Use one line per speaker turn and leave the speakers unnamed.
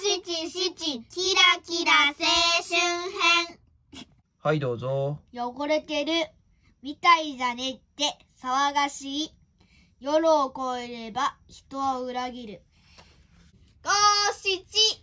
七キラキラ青春編
はい、どうぞ。
汚れてるみたいじゃねって騒がしい夜を越えれば人を裏切る五七